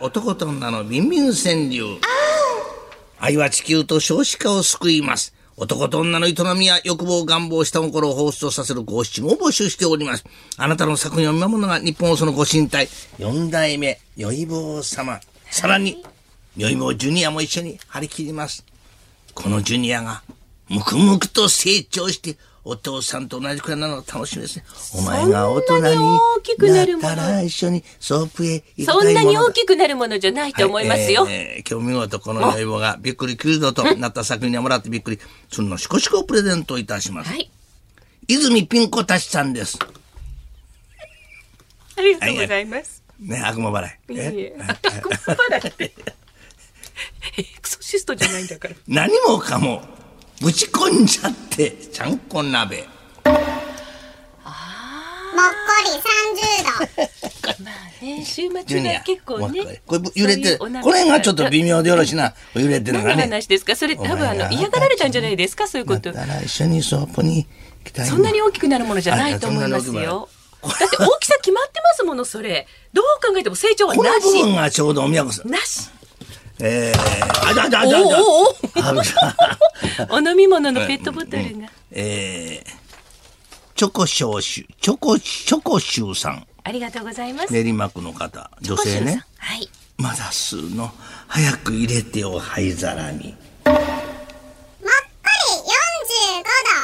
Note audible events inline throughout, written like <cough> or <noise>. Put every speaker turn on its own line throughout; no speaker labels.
男と女のビンビン川柳。愛は地球と少子化を救います。男と女の営みや欲望、願望、下心を放出させる五七五を募集しております。あなたの作品を見守るのが日本をそのご神体、四代目、よいぼう様。さらに、よいぼうジュニアも一緒に張り切ります。このジュニアが、むくむくと成長して、お父さんと同じくらいなのが楽しみですね。お前が大人に
そんなに大きくなるもの
なったら一緒にソープへ行きたい
そ
ものだ
んなに大きくなるものじゃないと思いますよ。
はえー今日見事この要望がびっくり9度となった作品にはもらってびっくり、そのしこしこをプレゼントいたします。
はい。
泉ピン子たちさんです。
ありがとうございます。
ね、悪魔払い。
い
え
え。ここまだって。エクソシストじゃないんだから。
何もかも、ぶち込んじゃって、ちゃんこ鍋。
もっこり30度。
まあね、週
ジュ
末
ニア
が結構
もう一
ね
回。これ揺れてる。
そう
こ
いう
の
お鍋
辺がちょっと微妙でよろしいな。揺れてるのが
何の
ね。
話ですかそれ多分あ
お前が
の嫌がられたんじゃないですかそういうこ
だっ
と。
たら一緒にソープに行きたい
そんなに大きくなるものじゃないと思います
あそんなに
よ
大きくな。る
だって大きさ決まってますもの、それ。どう考えても成長は
この
なし。
部分がちょうどおみやこさん。
なし。
えー、あだだ
お
だだ。
おお
あぶさ
お。お飲み物のペットボトルが。
えー、チョコ少酒、チョコ、チョコ州さん、
ありがとうございます。
練馬区の方、女
星
性
野さん
ね。
はい。
まだ吸うの、早く入れてよ、灰皿に。
もっこり45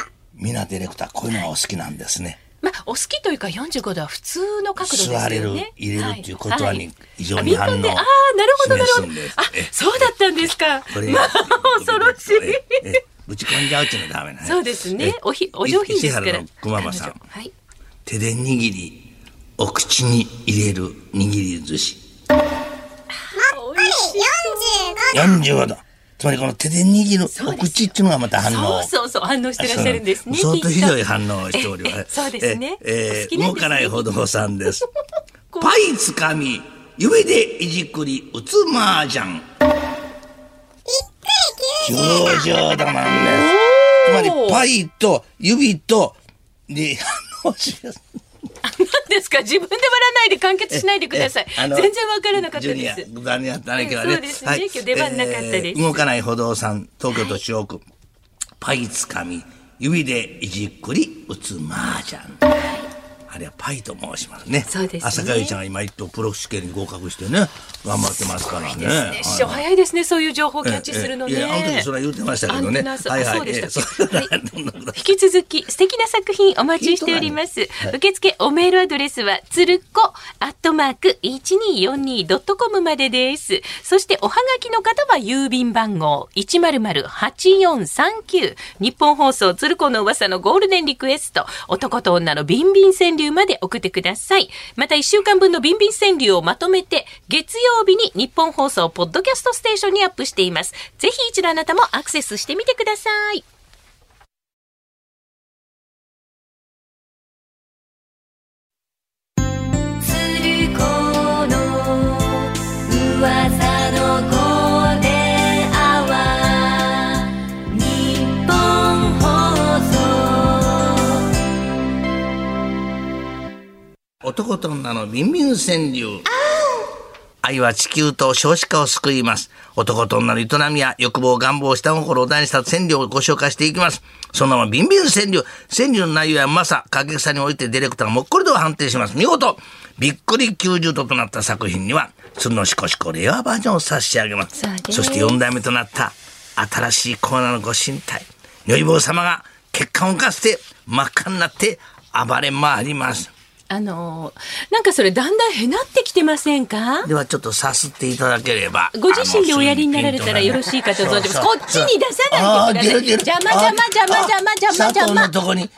度。
みなディレクター、こういうのがお好きなんですね。
まあ、お好きというか45度は普通の角度ですよね。
吸われる入れるっていう言葉に
は
非常に反応
あ敏感であー、なるほど、なるほ
示
ど
すんです。
あ
え、
そうだったんですか。
これ、
まあ、 <laughs> 恐ろしい。
えええぶち込んじゃうっていうのはダメな
そうですね。おひ、お上品ですか
石
ら
原の。熊間さ
彼
ん
女。はい。
手で握り、お口に入れる握り寿司。
美味しい。
45
45度。
度。つまりこの手で握る
そう
お
ですよ
口っていうのがまた反応。
そうそうそう、反応してらっしゃるんですね。
そう
きっ
相当ひどい反応をしております
え。えそうですね。
ええ
お好きなん
動か
です
な
ね
い歩道さん
<laughs>
です。
こう
パイつかみ、指でいじくり、打つ麻雀。上々だなんです。つまり、パイと指と、で、反応しやす
何ですか自分で笑わないで完結しないでください。
ええあの
全然わからなかった
ジ
で
ュ
す。
ニア、残念だったね、今日はね。
そうですね今日出番なかったです
えー動かない歩道さん、東京都中央区。パイつかみ、指でいじっくり打つ麻雀。あれはパイと申しますね。
そうですね
朝香ゆちゃんが今一等プロ試験に合格してね、頑張ってますからね。はい
師匠早いですね、そういう情報をキャッチするのね。
ええいや、あの時それは言ってましたけど
ア
ね。
ンテナそう
はいは
そう
い、
で
ええ
したっ
そ
け
うだねどんどんどんどん
引き続き素敵な作品お待ちしております。受付おメールアドレスはつるこアットマーク一二四二ドットコムまでです。そしておはがきの方は郵便番号一0 0八四三九日本放送つるこの噂のゴールデンリクエスト男と女のビンビン川柳まで送ってください。また一週間分のビンビン川柳をまとめて月曜日に日本放送ポッドキャストステーションにアップしています。ぜひ一度あなたもアクセスしてみてください。
つるこの噂のコテアワー日本放送
男と女のビンビン川柳。愛は地球と少子化を救います。男と女の営みや欲望、願望、下心を大にした川柳をご紹介していきます。そのままビンビン川柳。川柳の内容やまさ、過激さにおいてディレクターがもっこりと判定します。見事、びっくり90度となった作品には、鶴のしこしこレアバージョンを差し上げます
そうで。す
そして4代目となった新しいコーナーのご神体、如意棒様が血管を浮かせて真っ赤になって暴れ回ります。
あのーなんかそれだんだんへなってきてませんか
ではちょっとさすっていただければ。
ご自身でおやりになられたらよろしいかと存じます。こっちに出さ
あ
な
あ
い
ー、
でくださ
出る
い。
出る
邪魔邪魔邪魔邪魔邪
あ佐藤の
魔邪魔。
とこに、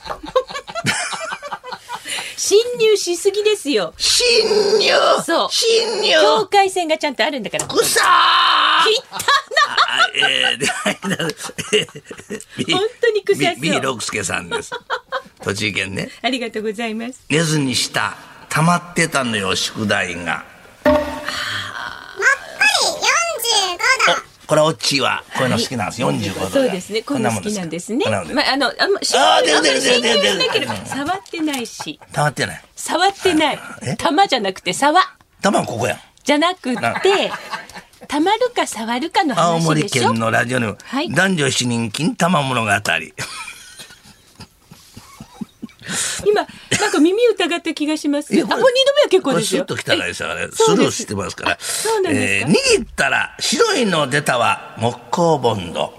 侵入しすぎですよ。
侵入
そう
侵入
境界線がちゃんとあるんだから。
くさー
汚
あえーでえー
本当に臭そう
ビビビ六助さんです。栃木県ね。
ありがとうございます。
寝ずにした、溜まってたのよ、宿題が。
もっこり45度。
これ、オッチーは、こういうの好きなんです。45度が。
そうですね。こんな好
も
きなんですね。
こんな
ま
もんです
ああのあんま侵
あー出
入
る
あんまり
出る出
侵入
る出
し
る
なければ触ってないし、
溜まってない。
触ってない
え。
玉じゃなくて沢。
玉はここやん。
じゃなくって
な、
たまるか触るかの
青
話
森
でしょ
県。のラジオネーム、
はい
男女7人金玉物語。
今、なんか耳疑った気がします。あ、
い
も
や
う
こ
二度
れ
目は結構です
シュッ
よ。
と来たらですからね、ス
そう
ル
で
ー
す
してますから。
そうなんですか
握ったら白いの出たは木工ボンド。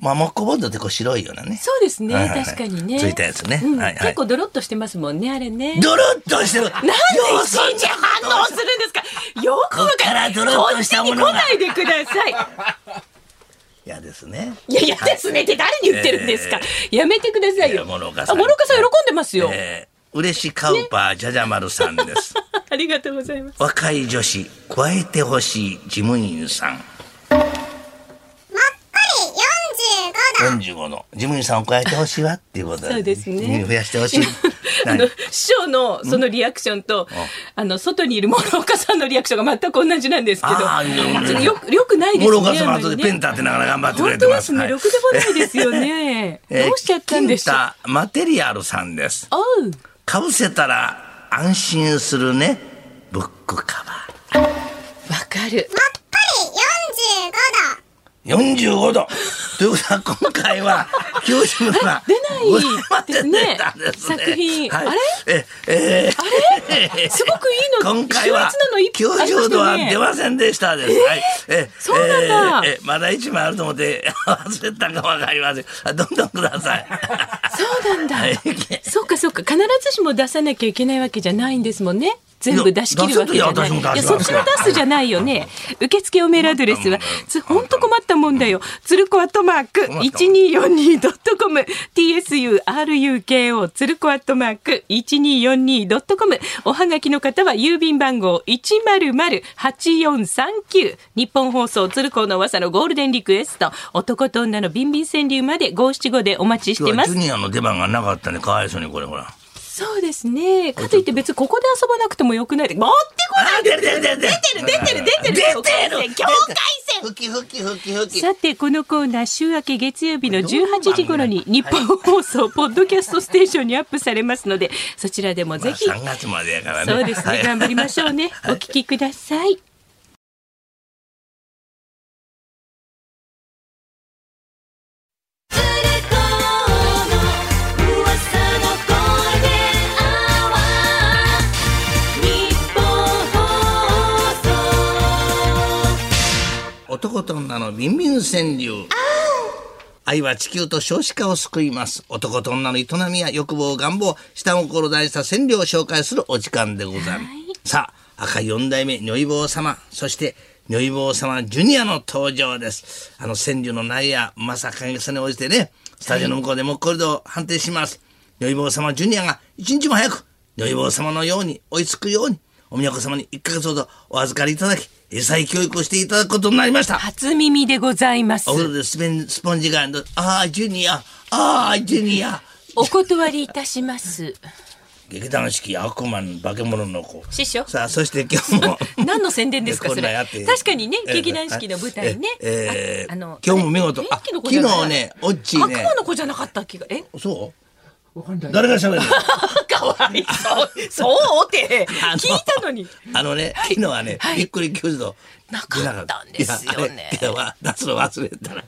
まあ木工ボンドってこう白いようなね。
そうですね、
はいはいはい
確かにね。
ついたやつね
うん
はいはい
結構ドロッとしてますもんね、あれね。
ドロッとしてる。なんで
なんで一時反応するんですか。よく
こっからドロッとしたもの
こっ
が
ちに来ないでくださ
いやですね。
い。いやいやですねって誰に言ってるんですか。やめてください
いや
よ。
諸岡
あ
さん
諸岡さん喜んでますよ。
えー、嬉しカウパー、じゃじゃ丸さん
<laughs>
です。
ありがとうございます。
若い女子、加えてほしい事務員さん。45の事務員さんを加えてほしいわっていうことだよ
そうですね
増やしてほしい。
<laughs> あ
何
の師匠のそのリアクションとあの外にいる諸岡さんのリアクションが全く同じなんですけ
あ
ど
ー
よくよくないですね
諸岡様
あんま
後で
りね
ペン立てながら頑張ってくれ
本
て
当で
ますす。
ね、
はい
ろくでもないですよね
<laughs> えー
どうしちゃったんでしょう
金太マテリアルさんです。
おう
かぶせたら安心するね。ブックカバー。
わかる
45度ということは今回は90度が
出ないです
出
ね
たんですね
作品
はい
あ
ええー
すごくいいの
今回は
秀逸なの一個ありま
90
した
度
よ
は
ね
出ませんでしたです、はいえ
そうなんだ
えーえーまだ一枚あると思って忘れたかわかりませんあどんどんくださ
<laughs>
い
そうなんだ、
はい
そうかそうか必ずしも出さなきゃいけないわけじゃないんですもんね全部出し切るわけじゃない
い
い
や
や
出す
そ
と
っ
き
ち
は
の出すじゃないよね受付メールアドレスはつほんと困ったもんだよつるこアットマーク 1242.com tsuruko つるこアットマーク 1242.com おはがきの方は郵便番号100-8439日本放送つるこの噂のゴールデンリクエスト男と女のビンビン川柳まで575でお待ちし
今
て
日
ま
は
す
ジュニアの出番がなかったねかわいそうにこれほら
そうですね。かといって別にここで遊ばなくてもよくないで。持ってこ
あ出てる出てる出
出てる出てる出てる
出てる
境界線
ふきふきふきふき
さて、このコーナー、週明け月曜日の18時頃に日本放送、ポッドキャストステーションにアップされますので、 <laughs> そちらでもぜひ、
まあ、3月までやからね
そうですね、頑張りましょうね。お聞きください。
「つるこの噂の声であわ」「日本放送」
男と女のビンビン川柳愛は地球と少子化を救います男と女の営みや欲望願望下心大事さ川柳を紹介するお時間でございます、さあ赤い四代目如意棒様そして如意棒様ジュニアの登場ですあの川柳の内野まさかげさに応じてねスタジオの向こうでもっこりと判定します、如意棒様ジュニアが一日も早く如意棒様のように追いつくようにお宮子様に1ヶ月ほどお預かりいただき英才教育をしていただくことになりました
初耳でございます
お。風呂でスペンスポンジがあるのああジュニアああジュニア
お断りいたします。
劇団四季悪魔の化け物の子
師匠
さあそして今日も
<laughs> 何の宣伝ですか、
こ
そ
んなんや
れ
って。
確かにね、
ええ
劇団四季の舞台ね。
ええ
ああの
今日も見事
あれ元気の子
あ
じゃない
昨日ねオッチーね
悪魔の子じゃなかった気が、え
そう誰が喋るの
かわいそう。そう <laughs> って
あの
聞いたのに。
あのね昨日はね、
はい
びっくり90度
なかったんですよね
いやあれいやわ出すの忘れたら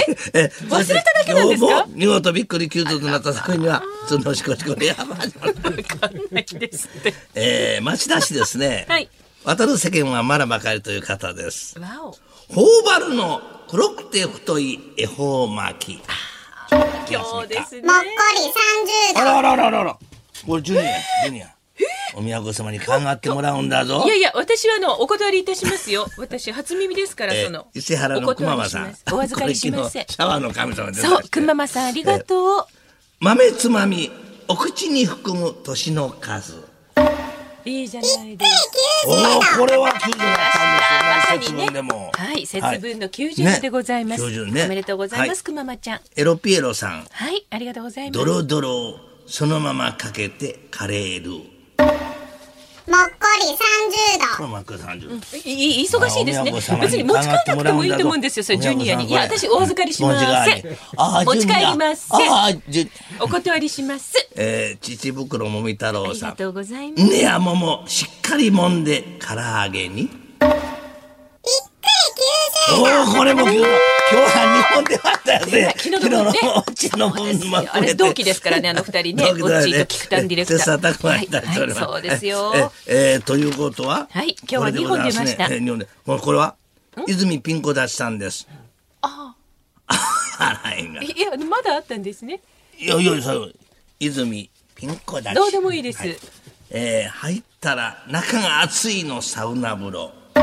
忘れただけなん
<laughs>
ですか
今日も見事びっくり90度となった作品にはそのしこしこでやばい
わかんないですって。
えー、町田市ですね。
はい
渡る世間はまだばかりという方です。
わお。
頬張るの黒くて太い恵方巻き。
今日ですね。
あらあらあらあらあら。これジュニア、ジュニア。お宮子様に考えてもらうんだぞ
い。やいや、私はあの、お断りいたしま
<laughs>
すよ。私、初耳ですから、
え
その
ー、。伊勢原の
お
く
断
ま
り
ま
し
さん
ます。お預かりしません
これ昨日。シャワーの神様で
そう、くままさん、ありがとう。
豆つまみ、お口に含む年の数。
いいじゃないですか。
おお、これは90だったん
ま
です
さ
よね、節
にね
分でも。
はい、節分の90
ね
度でございます。
90ね
おめでとうございま
は
す、くままちゃん。
エロピエロさん。
はい、ありがとうございま
ド
す。
ロドロをそのままかけてカレールー。
もっこり30度。
これマック三十。
いい忙しいですね
まあお宮子様。に
別に持ち帰らなくてもいいと思うんですよ。それジュニアに。いや、私お預かりしません。持ち帰りません。
ああ、じゅ、
お断りします。
えー、父袋もみ太
あ
郎
り
さ
が
ん。
とうございます。
ねやもも、しっかり揉んで、唐揚げに。
90
おお、これも今日、今日は日本であったよね。
昨日の分ね
うちの分にま
あれ同期ですからねあの二人ね
<laughs> 同期だよ
オッチーと菊田ディレクター
切磋琢磨いただいております
はいはいそうですよ
えええということは、
はい今日は日本出ました
これでございすねえ日本でこれこれは泉ピン子達さんです。 <laughs> ああ。あらいが。
いや、まだあったんですね。
いやいや、そう、泉ピン子達。
どうでもいいです。
はえー、入ったら中が暑いのサウナ風呂。
もっこ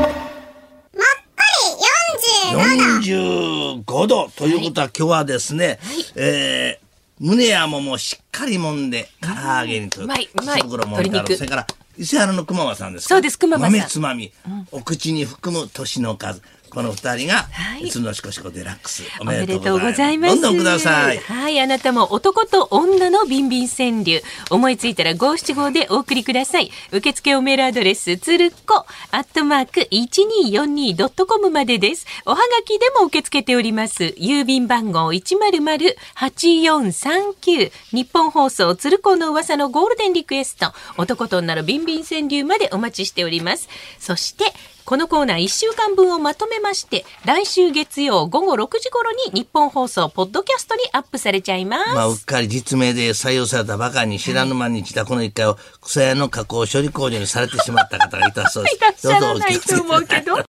り45度
45度ということは今日はですね、えー胸やももしっかりもんで唐揚げにと
うまいうまい
口袋もみた
鶏肉
それから伊勢原の熊間さんですか
そうです熊間さん
豆つまみ、お口に含む年の数この二人が、
はい
いつのしこしこデラックスお
お
め
め
で
で
と
と
う
う
ご
ご
ざ
ざ
い
い
ま
ますす。
どんどんください
はい、あなたも男と女のビンビン川柳。思いついたら五七五でお送りください。受付おメールアドレス、つるっこ、アットマーク、1242.com までです。おはがきでも受け付けております。郵便番号100-8439。日本放送、つるこの噂のゴールデンリクエスト。男と女のビンビン川柳までお待ちしております。そして、このコーナー1週間分をまとめまして、来週月曜午後6時頃に日本放送ポッドキャストにアップされちゃいます。
まあ、うっかり実名で採用されたばかりに知らぬ間に自宅の一階を草屋の加工処理工場にされてしまった方がいたそうです。
いらっしゃらないと思うけど。